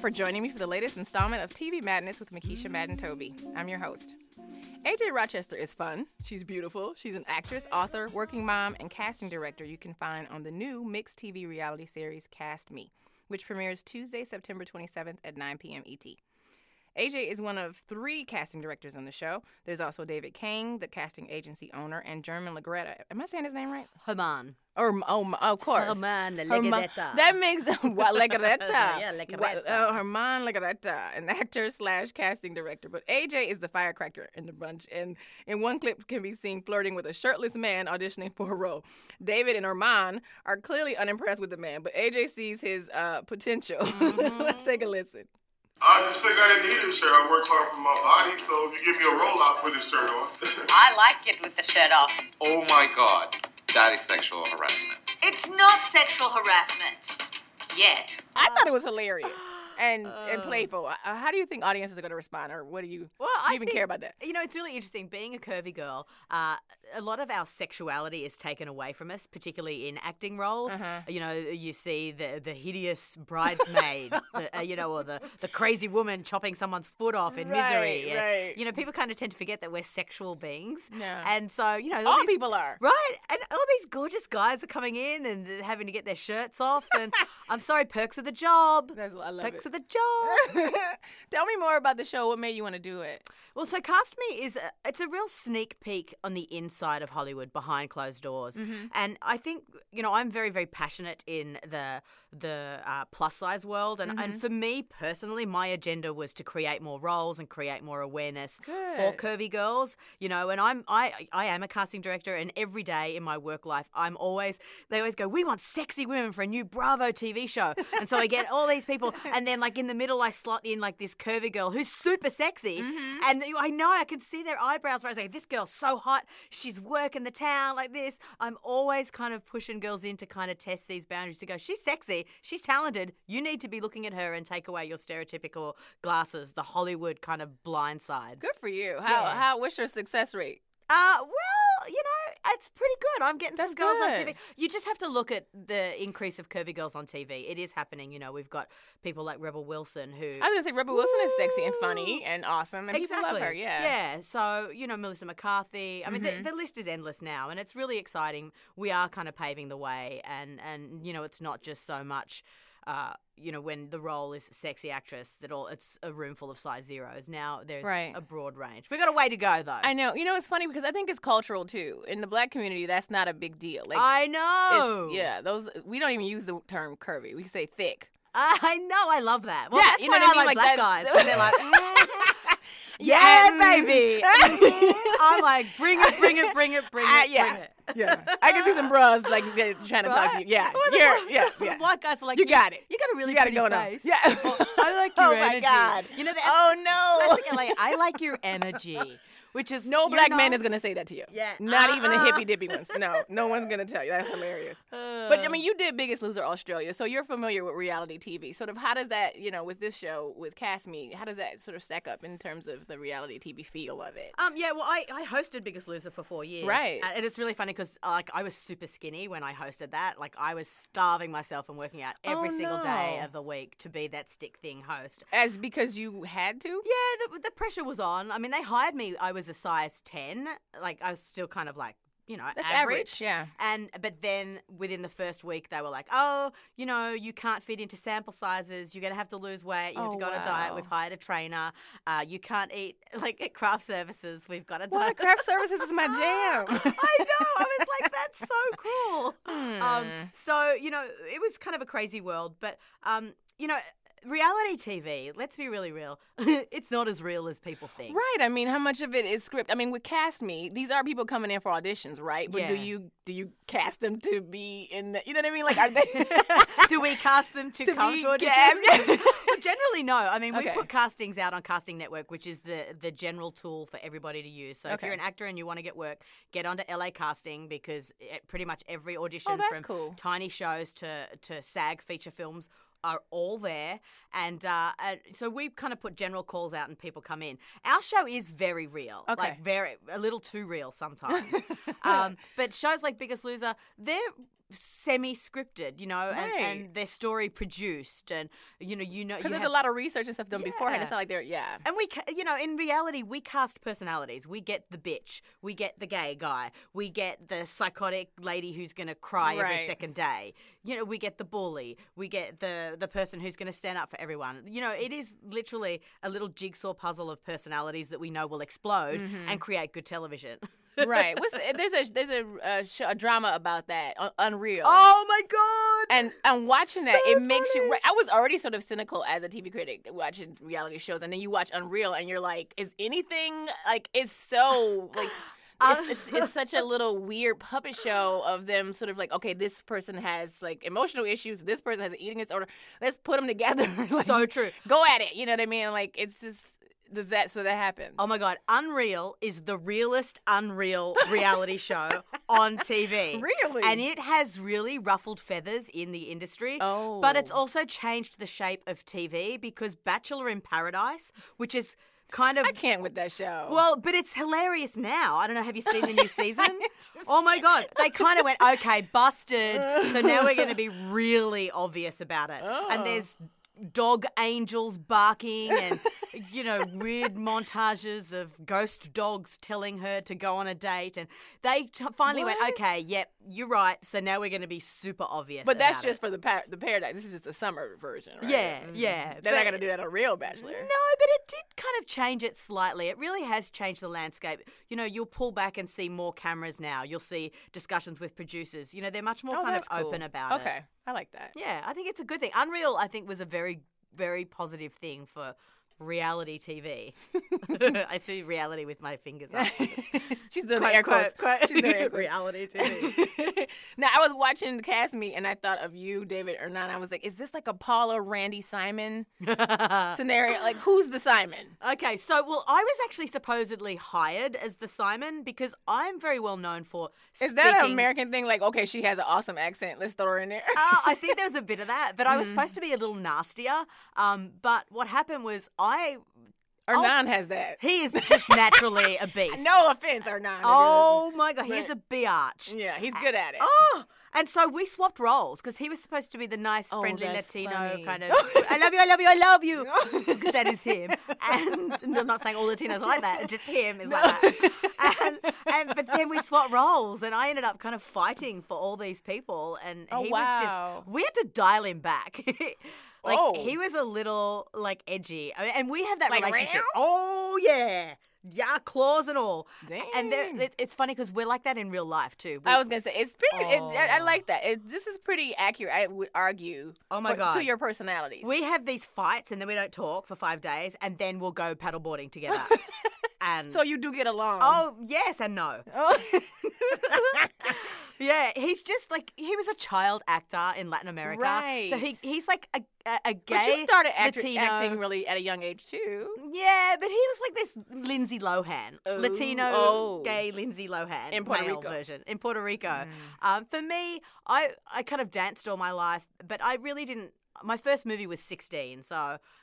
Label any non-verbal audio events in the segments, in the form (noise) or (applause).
for joining me for the latest installment of TV Madness with Makisha Madden Toby. I'm your host. AJ Rochester is fun. She's beautiful. She's an actress, author, working mom, and casting director you can find on the new mixed TV reality series Cast Me, which premieres Tuesday, September 27th at 9 p.m. ET. AJ is one of three casting directors on the show. There's also David Kang, the casting agency owner, and German Legretta. Am I saying his name right? Herman. Or oh, of course. Herman Herma- Legretta. That makes (laughs) what Legretta. (laughs) Yeah, What- Legretta. uh, Herman Legretta, an actor slash casting director, but AJ is the firecracker in the bunch. And in one clip, can be seen flirting with a shirtless man auditioning for a role. David and Herman are clearly unimpressed with the man, but AJ sees his uh, potential. (laughs) Let's take a Mm-hmm. listen. I just figured I didn't need a shirt. I work hard for my body, so if you give me a roll, I'll put this shirt on. I like it with the shirt off. Oh my god, that is sexual harassment. It's not sexual harassment. Yet. I thought it was (gasps) hilarious and and playful. Uh, How do you think audiences are going to respond, or what do you? Well, do you I even think- care about that? You know, it's really interesting. Being a curvy girl, uh, a lot of our sexuality is taken away from us, particularly in acting roles. Uh-huh. You know, you see the the (laughs) hideous bridesmaid, the, uh, you know, or the, the crazy woman chopping someone's foot off in misery. Right, right. You know, people kind of tend to forget that we're sexual beings. Yeah. And so, you know, All these- people are. Right, and all these gorgeous guys are coming in and having to get their shirts off, (laughs) and I'm sorry, perks of the job. That's- I love perks it. of the job. (laughs) Tell me more about the show. What made you want to do it? Well, so Cast Me is a, it's a real sneak peek on the inside of Hollywood behind closed doors, and I think you know I'm very very passionate in the the uh, plus size world, and, and for me personally, my agenda was to create more roles and create more awareness for Good. curvy girls, you know. And I'm I I am a casting director, and every day in my work life, I'm always they always go, we want sexy women for a new Bravo TV show, and so I get all these people, and then like in the middle, I slot in like this curvy girl who's super sexy. And you- I know I can see their eyebrows rise. Like, this girl's so hot. She's working the town like this. I'm always kind of pushing girls in to kind of test these boundaries to go, she's sexy. She's talented. You need to be looking at her and take away your stereotypical glasses, the Hollywood kind of blind side. Good for you. How Yeah. how what's your success rate? Uh, well, you know, it's pretty good. I'm getting That's some girls on good. TV. You just have to look at the increase of curvy girls on TV. It is happening. You know, we've got people like Rebel Wilson who. I was gonna say Rebel Wilson is sexy and funny and awesome, and people love her. Yeah. Mm-hmm. Yeah. So, you know, Melissa McCarthy. I mean, the, the list is endless now, and it's really exciting. We are kind of paving the way, and, and you know, it's not just so much. Uh, you know, when the role is sexy actress, that all it's a room full of size zeros. Now there's Right. a broad range. We've got a way to go, though. I know. You know, it's funny because I think it's cultural too. In the black community, that's not a big deal. Like, I it's- know. yeah, those we don't even use the term curvy. We say thick. I know, I love that. Well, Yeah, that's you know why what I I, mean? like, Like, black that's- guys. 'cause They're (laughs) like, yeah, Mm. (laughs) baby. Mm-hmm. Uh, Mhm. I'm like, bring it, bring it, bring (laughs) it, bring it, Ah, yeah. bring it. Yeah, I can see some bros like they're trying to talk to you. Yeah, Well, the you're, black- yeah, the yeah. Black guys are like, You got it. You got a really You got it pretty going on. face. Yeah. (laughs) Oh, I like (laughs) your oh energy. my god. You know the oh classic no. LA. I (laughs) like your energy, which is No you're black man is nice. gonna say that to you. Yeah. Not even the Uh-uh. Uh. hippy dippy ones. No, no one's gonna tell you. That's (laughs) hilarious. but I mean, you did Biggest Loser Australia, so you're familiar with reality TV. Sort of, how does that, you know, with this show with Cast Me, how does that sort of stack up in terms of the reality TV feel of it? Um, yeah, well, I, I hosted Biggest Loser for four years. Right. And it's really funny because, like, I was super skinny when I hosted that. Like, I was starving myself and working out every Oh, single day no. of the week to be that stick thing host. As because you had to. Yeah, the, the pressure was on. I mean, they hired me. I was a size 10. Like, I was still kind of like, you know, That's average, (laughs) average. yeah. And but then within the first week, they were like, "Oh, you know, you can't fit into sample sizes. You're gonna have to lose weight. You have Oh, to go on a diet. wow. We've hired a trainer. Uh, you can't eat (laughs) like at craft services. We've got a diet. What craft services (laughs) is my jam. I know. I was (laughs) like, that's so cool. Um, Mm. so, you know, it was kind of a crazy world, but, um, you know, reality TV, let's be really real, (laughs) it's not as real as people think. Hmm. Right. I mean, how much of it is script? I mean, with cast me, these are people coming in for auditions, right? But do Yeah. you do you cast them to be in the? You know what I mean? Like, are (laughs) they? (laughs) Do we cast them (laughs) to, To come be to auditions? gagged. (laughs) well, generally, no. I mean, Okay. we put castings out on Casting Network, which is the the general tool for everybody to use. So if Okay. you're an actor and you want to get work, get onto LA Casting because it, pretty much every audition Oh, that's from cool. tiny shows to to SAG feature films. Are all there, and, uh, and so we kind of put general calls out, and people come in. Our show is very real, Okay. (laughs) like very a little too real sometimes. um, but shows like Biggest Loser, they're semi scripted, you know, and, Right. and their story produced, and you know, you know, you Because there's have- a lot of research and stuff done beforehand. Yeah. It's not like they're yeah. and we, ca- you know, in reality, we cast personalities. We get the bitch, we get the gay guy, we get the psychotic lady who's going to cry every Right. second day. You know, we get the bully, we get the the person who's going to stand up for everyone. You know, it is literally a little jigsaw puzzle of personalities that we know will explode and create good television. right. What's (laughs) there's a there's a uh, sh- a drama about that. Un- Unreal. Oh my (laughs) god! And and watching that, So it makes you. funny. I was already sort of cynical as a TV critic watching reality shows, and then you watch Unreal, and you're like, is anything like? It's so (sighs) like. It's, it's, it's such a little weird puppet show of them sort of like okay this person has like emotional issues this person has an eating disorder let's put them together (laughs) like, so true. go at it you know what i mean like it's just does that so that happens Oh my god, Unreal is the realest unreal (laughs) reality show on TV. Really? And it has really ruffled feathers in the industry. But it's Oh. also changed the shape of TV because Bachelor in Paradise, which is kind of i can't with that show well, but it's hilarious now. I don't know. Have you seen the (laughs) new season? oh my god, they kind of went okay, busted. So now we're going to be (laughs) really obvious about it. Oh. And there's dog angels barking and you know weird montages of ghost dogs telling her to go on a date and they t- finally What? went okay yep you're right so now we're going to be super obvious But that's about it." just for the par- the paradise. This is just the summer version, right? Mm-hmm. Yeah, yeah, They're not but- gonna do that on Real Bachelor. No, but it did kind of change it slightly. It really has changed the landscape. You know, you'll pull back and see more cameras now. You'll see discussions with producers. You know, they're much more Oh, kind of that's cool. open about it. Okay, I like that. Yeah, (laughs) I think it's a good thing. Unreal, I think, was a very, very positive thing for reality TV. (laughs) I see reality with my fingers (laughs) up. She's doing the air quotes. She's (laughs) doing air quotes. reality TV. (laughs) now I was watching the cast meet and I thought of you, David Hernan. I was like, is this like a Paula Randy (laughs) Simon scenario? Like, who's the Simon? Okay, so well, I was actually supposedly hired as the Simon because I'm very well known for. Is that an speaking- American thing? Like, okay, she has an awesome accent. Let's throw her in there. (laughs) uh, I think there was a bit of that, but I Mm. was supposed to be a little nastier. Um, but what happened was I Hernan I'll s- has that. he is (laughs) (laughs) just naturally a beast. No offense, Hernan. Oh my god, he's But- a biatch. yeah, he's good at it. Oh, and so we swapped roles because he was supposed to be the nice, Oh, friendly that's Latino funny. (laughs) kind of. I love you, I love you, I love you, because that is him. And, (laughs) I'm not saying all Latinos are like that; just him is like that. And, and but then we swapped roles, and I ended up kind of fighting for all these people, and Oh, he was wow. just. We had to dial him back. (laughs) Like Oh. he was a little like edgy, I mean, and we have that Like relationship. round? Oh yeah, yeah, claws and all. And there- Dang. Oh, it- it's funny because we're like that in real life too. (laughs) We- I was gonna say it's pretty. It, I, I Oh. like that. It, this is pretty accurate. I would argue. Oh my for- God. To your personalities. We have these fights and then we don't talk for five days and then we'll go paddleboarding (laughs) together. and so you do get along. (laughs) oh yes and no. Oh. Yeah, he's just like he was a child actor in Latin America. So he Right. he's like a a, a gay. but you started act- Latino. acting really at a young age too. Yeah, but he was like this Lindsay Lohan, Oh. Latino Oh. gay Lindsay Lohan, In Puerto male Rico. version in Puerto Rico. Mm, Um, for me, I I kind of danced all my life, but I really didn't. My first movie was 16, so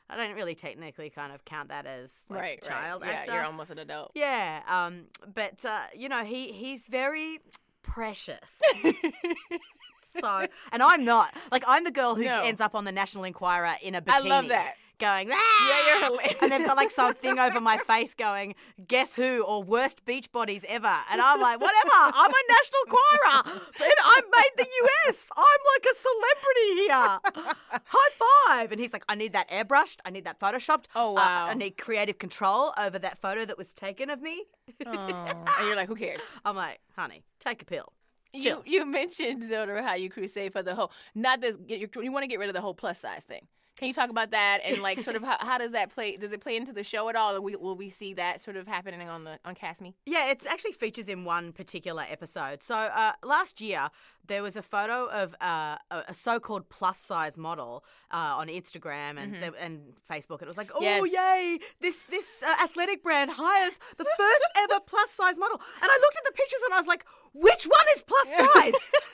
I don't really technically kind of count that as like right. child right. actor. Yeah, you're almost an adult. Yeah, um, but uh, you know he he's very (laughs) precious. so, and I'm not like I'm the girl who No. ends up on the National Enquirer in a bikini. I love that. Going, Yeah, you're "Ah!" hilarious. (laughs) and they've got like something over my face going, guess who or worst beach bodies ever. And I'm like, whatever, I'm a national choirer. And I made the US. I'm like a celebrity here. High five. And he's like, I need that airbrushed. I need that photoshopped. Oh, Uh, wow. I need creative control over that photo that was taken of me. and you're like, who cares? I'm like, honey, take a pill. You Chill. you (laughs) mentioned Zelda how you crusade for the whole not this get your, you want to get rid of the whole plus size thing. Can you talk about that and like (laughs) sort of how, how does that play? Does it play into the show at all? Or we, will we see that sort of happening on the on Cast Me? Yeah, it actually features in one particular episode. So uh, last year, there was a photo of uh, a a so-called plus-size model uh, on Instagram and the- and Facebook, and it was like, oh Mm-hmm. Yes. yay, this this uh, athletic brand hires the (laughs) first ever plus-size model. And I looked at the pictures and I was like, which one is plus size?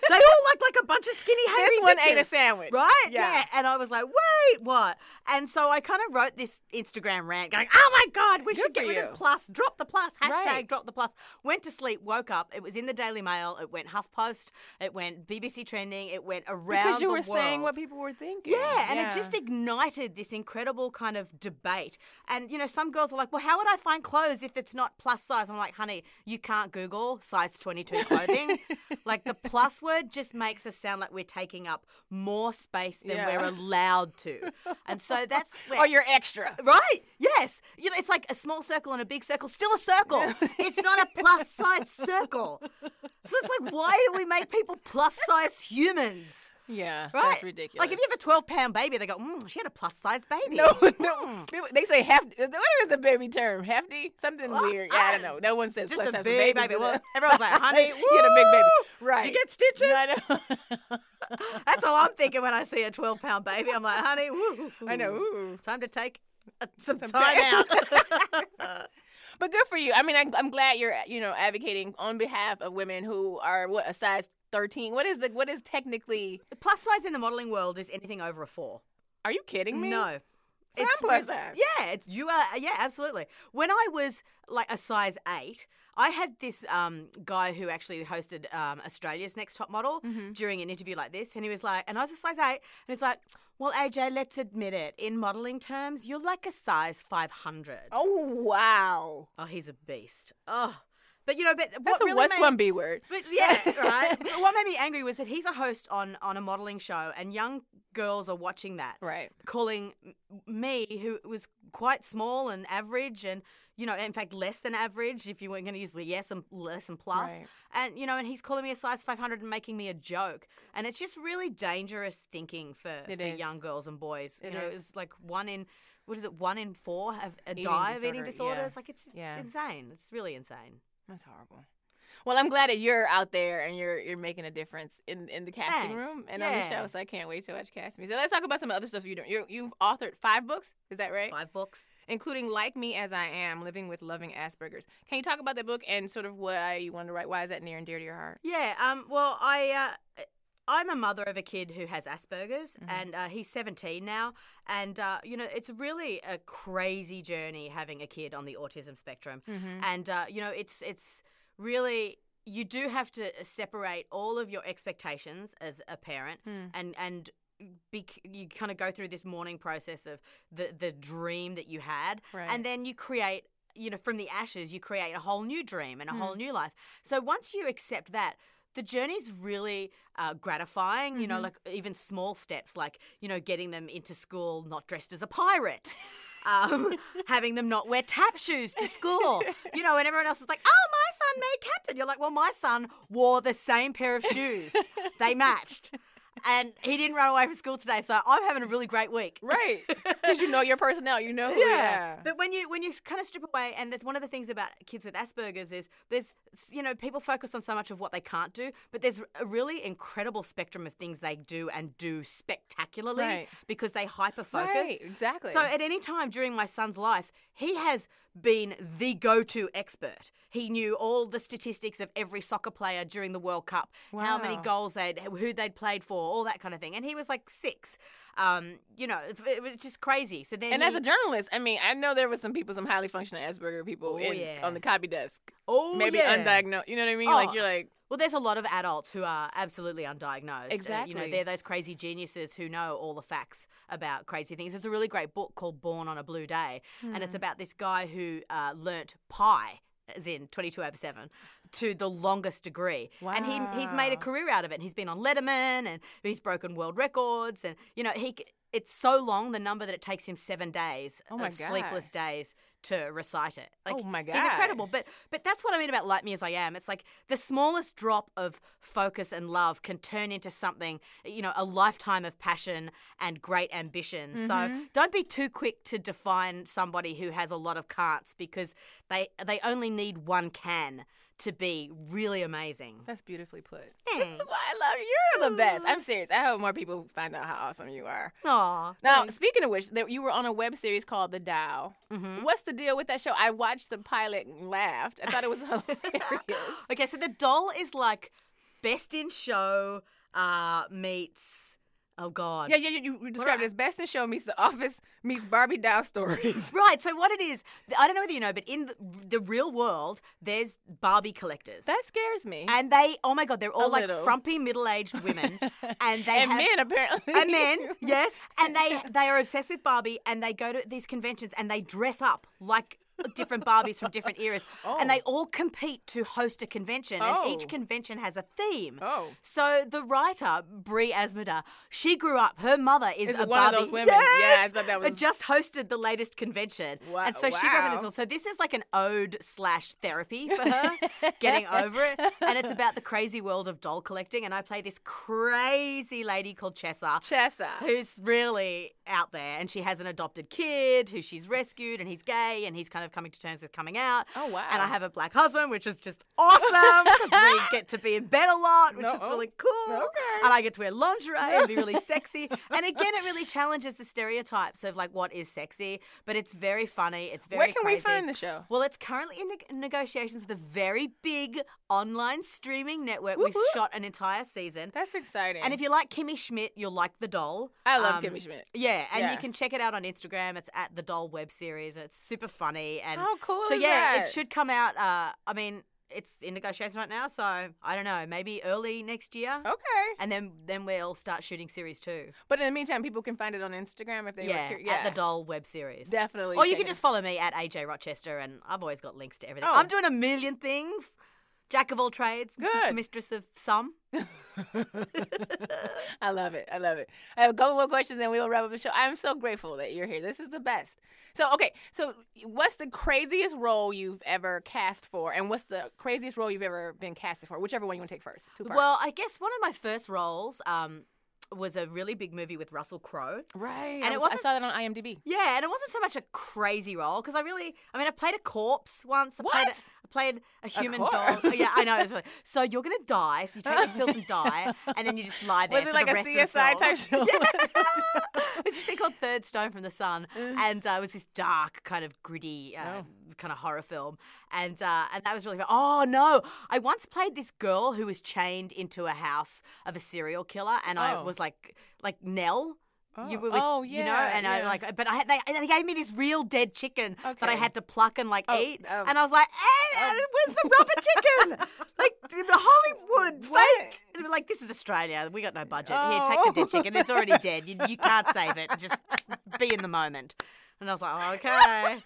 they all look like a bunch of skinny, hairy This one ate a bitches. sandwich, Right? Yeah. And I was like, wait, what? And so I kind of wrote this Instagram rant going, oh my God, we Good should for get rid you. of plus, drop the plus, hashtag Right. drop the plus. Went to sleep, woke up, it was in the Daily Mail, it went HuffPost, it went BBC trending. It went around Because you the were saying what world. people were thinking. Yeah, and it just ignited this incredible kind of debate. And you know, some girls are like, "Well, how would I find clothes if it's not plus size?" I'm like, "Honey, you can't Google size 22 clothing. like the plus word just makes us sound like we're taking up more space than Yeah. we're allowed to." And so that's where Or you're extra. Right? Yes. You know, it's like a small circle and a big circle, still a circle. it's not a plus size circle. So it's like, why do we make people plus size humans? (laughs) Yeah, Right? that's ridiculous. (laughs) Like if you have a 12 pound baby, they go, mm, she had a plus size baby. (laughs) No, Hmm. no. People- They say hefty. What is the baby term? Hefty? Something Well, weird. Yeah, I I- don't know. No one says Just plus a size, but big babies baby. is (laughs) Well, everyone's like, honey, you had a big baby. woo! Right. You get stitches. I know. (laughs) That's all I'm thinking when I see a 12 pound baby. I'm like, honey, woo, I know. Ooh. Time to take uh, some, Some time time. out. (laughs) (laughs) But good for you. I mean, I, I'm glad you're, you know, advocating on behalf of women who are what a size 13. What is the what is technically? plus size in the modeling world is anything over a four. Are you kidding me? No. So I'm plus when- size. Yeah, it's you are uh, yeah, absolutely. When I was like a size eight, I had this um, guy who actually hosted um, Australia's Next Top Model Mm-hmm. during an interview like this, and he was like, and I was a size eight, and he's like, well, AJ, let's admit it, in modelling terms, you're like a size five hundred. Oh wow. Oh, he's a beast. Oh, but you know, but That's what a really what's made- one B word? but (laughs) yeah, right. But what made me angry was that he's a host on on a modeling show, and young girls are watching that, Right. calling m- me, who was quite small and average, and you know, in fact, less than average, if you weren't going to use the yes and less and plus, Right. and you know, and he's calling me a size 500 and making me a joke, and it's just really dangerous thinking for, It for is. young girls and boys. It you know, is. it's like one in. What is it? One in four have a Eating die of eating disorder, yeah. disorders. Like it's, it's Yeah. insane. It's really insane. That's horrible. Well, I'm glad that you're out there and you're you're making a difference in, in the casting Thanks. room and on the show. Yeah. So I can't wait to watch you cast me. So let's talk about some other stuff you're doing. You're, you've authored five books, is that right? Five books. Including "Like Me as I Am: Living with Loving Asperger's." Can you talk about that book and sort of why you wanted to write? Why is that near and dear to your heart? Yeah. Um. Well, I. Uh, I'm a mother of a kid who has Asperger's, Mhm. and uh, he's 17 now. And uh, you know, it's really a crazy journey having a kid on the autism spectrum. Mm-hmm. And uh, you know, it's it's really you do have to uh, separate all of your expectations as a parent, Hmm. and and. Be, you kind of go through this mourning process of the the dream that you had, Right. (laughs) and then you create you know from the ashes you create a whole new dream and a whole new life so once you accept that the journey's really uh, gratifying you know like even small steps like you know getting them into school not dressed as a pirate (laughs) um, having them not wear tap shoes to school you know and everyone else is like oh my son made captain you're like well my son wore the same pair of shoes they matched and he didn't run away from school today so i'm having a really great week right, (laughs) because you know your personnel. You know who. you yeah. are. But when you when you kind of strip away, and that's one of the things about kids with Asperger's is there's you know people focus on so much of what they can't do, but there's a really incredible spectrum of things they do and do spectacularly Right. because they hyper focus. Right, exactly. So at any time during my son's life, he has been the go-to expert. He knew all the statistics of every soccer player during the World Cup, how many Wow. goals they'd, who they'd played for, all that kind of thing. And he was like six. Um, you know, it- it was just crazy. So then, and he, as a journalist, I mean, I know there was some people, some highly functioning Asperger people Oh, in, yeah. on the copy desk, oh, maybe yeah. undiagnosed. You know what I mean? Oh. Like you're like, Well, there's a lot of adults who are absolutely undiagnosed. Uh, you know, Exactly. they're those crazy geniuses who know all the facts about crazy things. There's a really great book called Born on a Blue Day, and Mm-hmm. it's about this guy who uh, learnt pi. As in 22 over 7 to the longest degree. And he, he's made a Wow. career out of it. And he's been on Letterman and he's broken world records. And, you know, he c- it's so long, the number that it takes him seven days Oh my of sleepless days to recite it. Like, Oh my He's God. incredible. But but that's what I mean about like me as I am. It's like the smallest drop of focus and love can turn into something, you know, a lifetime of passion and great ambition. Mm-hmm. So don't be too quick to define somebody who has a lot of can'ts because they they only need one can to be really amazing. that's beautifully put. Thanks. That's why I love you. You're the (laughs) best. I'm serious. I hope more people find out how awesome you are. Aw. Now, speaking of which, that you were on a web series called The Dow. Mhm. What's the deal with that show? I watched the pilot and laughed. I (laughs) thought it was hilarious. Okay, so the doll is like best in show uh, meets Oh God. Yeah, yeah, you, you- you described it as Best in Show meets The Office meets Barbie Doll Stories. Right, so what it is, I don't know whether you know, but in the, the real world, there's Barbie (laughs) collectors. That scares me. and they, oh my God, they're all like little. frumpy middle aged (laughs) women. and they and have, men apparently. (laughs) and men, yes, and they they are obsessed with Barbie, and they go to these conventions and they dress up like different Barbies from different eras, and they all compete to host a convention, and Oh. each convention has a theme. Oh. so the writer Brie Asmodee, she grew up. Her mother is Is one a of Barbie. those women. Yes, Yeah, I thought that was- But just hosted the latest convention, Wa- and so she grew up with wow. this. all- So this is like an ode slash therapy for her, getting over it, and it's about the crazy world of doll collecting. And I play this crazy lady called Chessa, Chessa. who's really out there and she has an adopted kid who she's rescued and he's gay and he's kind of coming to terms with coming out. Oh, wow. And I have a black husband, which is just awesome 'cause (laughs) we get to be in bed a lot, which No, is oh, really cool. okay. And I get to wear lingerie and (laughs) be really sexy. And again, it really challenges the stereotypes of like what is sexy, but it's very funny. It's very Where can we crazy. find the show? Well, it's currently in neg- negotiations with a very big online streaming network. We've Woohoo. shot an entire season. That's exciting. And if you like Kimmy Schmidt, you'll like The Doll. I love Um, Kimmy Schmidt. Yeah, and Yeah. you can check it out on Instagram. It's at The Doll web series. It's super funny. And How cool So, is yeah, that? it should come out. Uh, I mean, it's in negotiation right now. So, I don't know, maybe early next year. Okay. And then, then we'll start shooting series two. But in the meantime, people can find it on Instagram if they yeah, were curious. at The Doll web series. Definitely. Or you check can it just follow me at AJ Rochester, and I've always got links to everything. Oh. I'm doing a million things. Jack of all trades, m- Good. mistress of some. out. I love it. I love it. I have a couple more questions and we will wrap up the show. I'm so grateful that you're here. This is the best. So, okay. So, what's the craziest role you've ever cast for? And what's the craziest role you've ever been casted for? Whichever one you want to take first. Too far. Well, I guess one of my first roles um, was a really big movie with Russell Crowe. right. and I it was- I wasn't- saw that on IMDb. Yeah, and it wasn't so much a crazy role because I really, I mean, I played a corpse once. I played a, What? I played a human corpse? doll. Oh, yeah, I know. That's what- so you're gonna die. So you take (laughs) these pills and die, and then you just lie there Was it for like the a rest of the CSI film. type (laughs) (laughs) show? It was this thing called Third Stone from the Sun, Mm. and uh, it was this dark, kind of gritty, uh, Oh. kind of horror film, and uh, and that was really fun. Oh no! I once played this girl who was chained into a house of a serial killer, and I Oh. was like, like Nell. Oh. You were with, Oh, you know, yeah, and I yeah. like, but I had, they, they gave me this real dead chicken that I Okay. had to pluck and like Oh, eat, oh. and I was like, eh, where's the rubber (laughs) chicken? like the Hollywood fake. And we're like, this is Australia. We got no budget. Here, take the dead Oh. chicken. It's already dead. You, you can't save it. Just be in the moment. And I was like, oh, okay.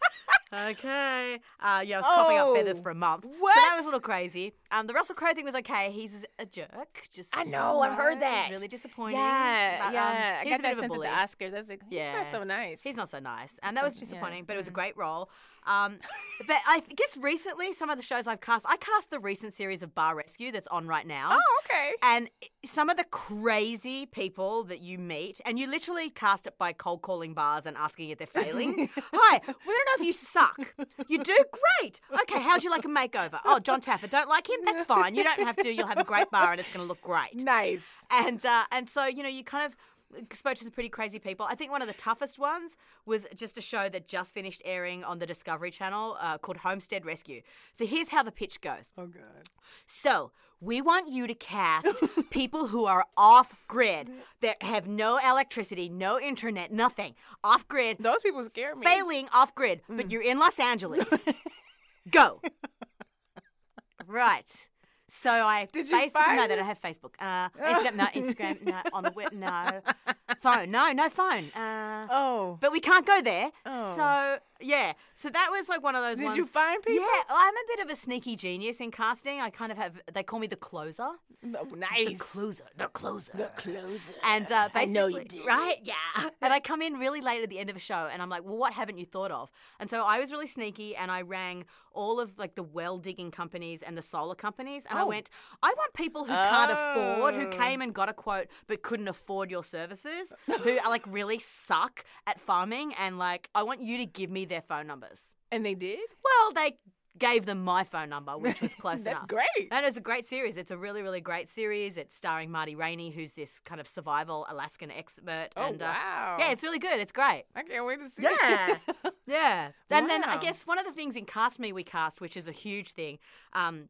Okay. Uh, yeah, I was coughing up feathers Oh, for a month. So that what? was a little crazy. Um, the Russell Crowe thing was okay. He's a jerk. Just I so know, you I've heard know. that. It's really disappointing. Yeah, but, um, yeah. I he's got a that bit of a sense at bully. the Oscars. I was like, he's Yeah. not so nice. He's not so nice, and that was yeah. Mm. disappointing. But it was a great role. Um, but I th- guess recently, some of the shows I've cast, I cast the recent series of Bar Rescue that's on right now. (laughs) Oh, okay. And i- some of the crazy people that you meet, and you literally cast it by cold calling bars and asking if they're failing. Hi, we don't know if you suck. You do great. Okay, how'd you like a makeover? Oh, John Taffer, don't like him? That's fine. You don't have to. You'll have a great bar and it's going to look great Nice. and uh, and so you know you kind of uh, spoke to some pretty crazy people. I think one of the toughest ones was just a show that just finished airing on the Discovery Channel uh, called Homestead Rescue. So here's how the pitch goes. Oh, God. So we want you (laughs) to cast people who are off grid, that have no electricity, no internet, nothing, off grid, Those people scare me. failing off grid, Mm. but you're in Los Angeles. (laughs) Go. right. So I Did you Facebook find no it? that I have Facebook. (laughs) Uh, Instagram no Instagram no on the web no phone no no phone. Uh, Oh. but we can't go there. Oh. So yeah. So that was like one of those. Did ones. you find people? Yeah, I'm a bit of a sneaky genius in casting. I kind of have. They call me the closer. No, The nice. closer. The closer. closer. And uh, I basically, know you did. (laughs) right? Yeah. And I come in really late at the end of a show, and I'm like, "Well, what haven't you thought of?" And so I was really sneaky, and I rang all of like the well digging companies and the solar companies, and I went, "I want people who can't afford, who Oh. came and got a quote but couldn't afford your services, who are like really suck at farming, and like I want you to give me their phone numbers." And they did? Well, they gave them my phone number, which (laughs) was close That's enough. great. And it's a great series. It's a really, really great series. It's starring Marty Rainey, who's this kind of survival Alaskan expert. Oh, and, uh, wow. yeah, it's really good. It's great. I can't wait to see Yeah. it. yeah. And then I Wow. guess one of the things in Cast Me We Cast, which is a huge thing, um,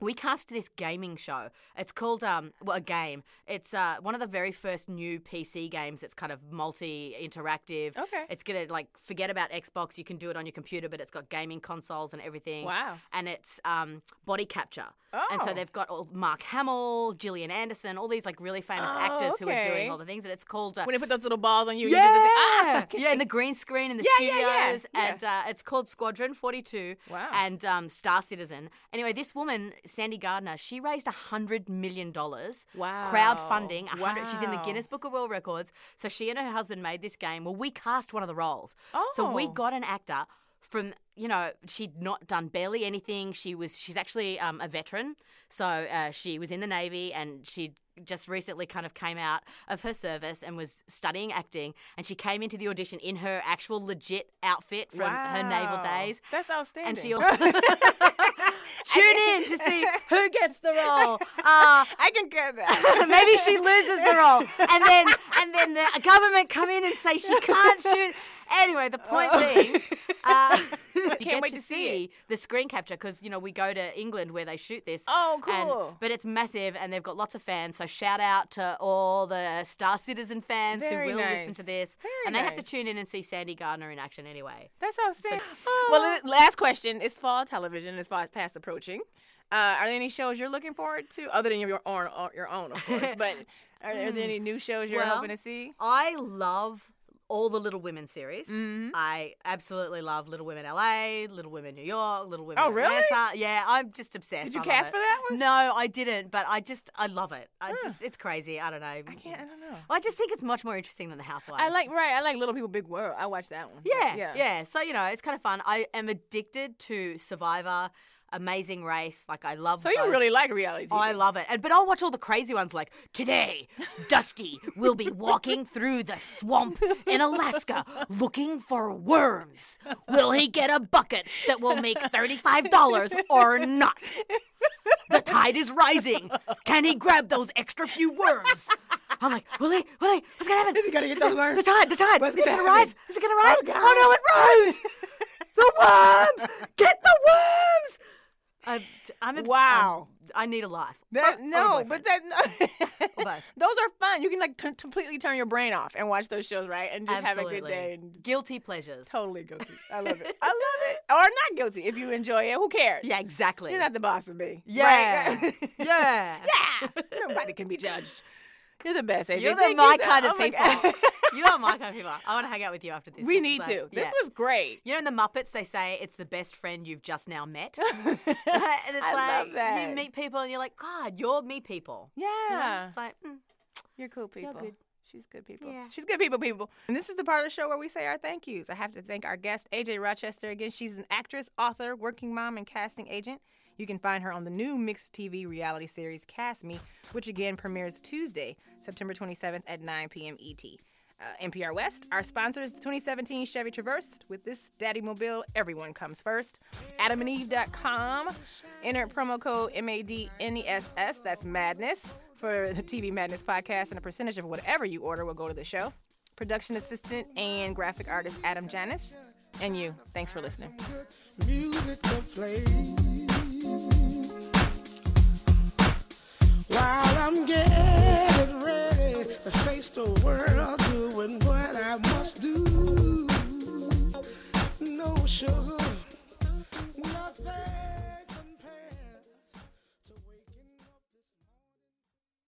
we cast this gaming show. It's called um well a game. It's uh one of the very first new PC games that's kind of multi interactive. (laughs) Okay. It's gonna like forget about Xbox. You can do it on your computer, but it's got gaming consoles and everything. Wow. And it's um body capture. And Oh. so they've got all Mark Hamill, Gillian Anderson, all these like really famous Oh, actors who are okay. doing all the things. And it's called uh, When they put those little balls on you, (laughs) yeah, you do the thing. ah, yeah, in the green screen in the Yeah, studios, yeah, yeah, yeah. Oh. and uh, it's called Squadron Forty Two. Wow. And um, Star Citizen. Anyway, this woman, Sandy Gardner, she raised a hundred million dollars. (laughs) Wow. Crowdfunding. a hundred. She's in the Oh, Wow. Guinness Book of World Records. So she and her husband made this game. Well, we cast one of the roles. So we Oh. got an actor from you know she'd not done barely anything she was she's actually um, a veteran so uh, she was in the navy and she just recently kind of came out of her service and was studying acting and she came into the audition in her actual legit outfit from her naval Wow. days That's outstanding. and she also (laughs) tune in to see (laughs) who gets the role uh, (laughs) I can get that. (laughs) maybe she loses the role and then and then the government come in and (laughs) say she can't shoot anyway the point being (laughs) uh, you get Oh. wait to, to see see the screen capture because you know we go to england where they shoot this Oh, and- cool. but it's massive and they've got lots of fans so shout out to all the star citizen fans Very who will listen nice. to this Very and they have to nice. tune in and see sandy gardner in action anyway (laughs) That's outstanding. ah. well, it- last question. It's fall television. It's fa- fast approaching. Uh, are there any shows you're looking forward to other than your own, uh, your own, of course? But (laughs) are, there- are there any new shows you're Hmm. Well, hoping to see? I love all the Little Women series. Mm-hmm. I absolutely love Little Women LA, Little Women New York, Little Women Oh, really? Atlanta. Yeah, I'm just Did obsessed. you I love cast it. for that one? No, I didn't, but I just I love it. I just it's crazy. I don't know. I can't- I don't know. I just think it's much more interesting than the Housewives. I like right. I like Little People Big World. I watched that one. Yeah, yeah, So you know, it's kind of fun. I am addicted to Survivor, Amazing Race. Like I love. So you those. really like reality TV? Oh, I love it. And, but I'll watch all the crazy ones like today, Dusty will be walking through the swamp in Alaska looking for worms. Will he get a bucket that will make $35 or not? The tide is rising. Can he grab those extra few worms? I'm like, will he? Will he? What's gonna happen? Is he gonna get those worms? The tide, the tide. is it gonna gonna rise? happen? Is it gonna rise? Oh no, it rose! the worms! Get the worms! I, I'm a, Wow. I'm- i need a life. (laughs) That, Or- or a no, but boyfriend. that Or both. (laughs) those are fun. You can like c- completely turn your brain off and watch those shows, right? And just have a good Absolutely. day and Guilty pleasures. totally guilty. I love it. I (laughs) love it. Or not guilty if you enjoy it. Who cares? Yeah, exactly. You're not the boss of me. yeah. Right? yeah. (laughs) yeah. Nobody can be judged. You're the best. AJ. You're the Thank my you so- kind oh of my (laughs) people. God. (laughs) you are my kind of people. I want to hang out with you after this. we This need is like- to. This yeah. was great. You know, in the Muppets, they say it's the best friend you've just now met, (laughs) (laughs) and it's I like love that. you meet people and you're like, God, you're me people. You know? Yeah. It's like, mm, You're cool people. good. She's good people. Yeah. She's good people, people. And this is the part of the show where we say our thank yous. I have to thank our guest, AJ Rochester. Again, she's an actress, author, working mom, and casting agent. You can find her on the new mixed TV reality series, Cast Me, which again premieres Tuesday, September 27th at 9 p.m. ET. Uh, NPR West, our sponsor is the 2017 Chevy Traverse. With this Daddy Mobile, everyone comes first. AdamandEve.com. Enter promo code MADNESS, E that's madness, for the TV Madness podcast, and a percentage of whatever you order will go to the show. Production assistant and graphic artist Adam Janis. And you, thanks for listening. music to play while I'm getting ready to face the world doing what I must do. No sugar.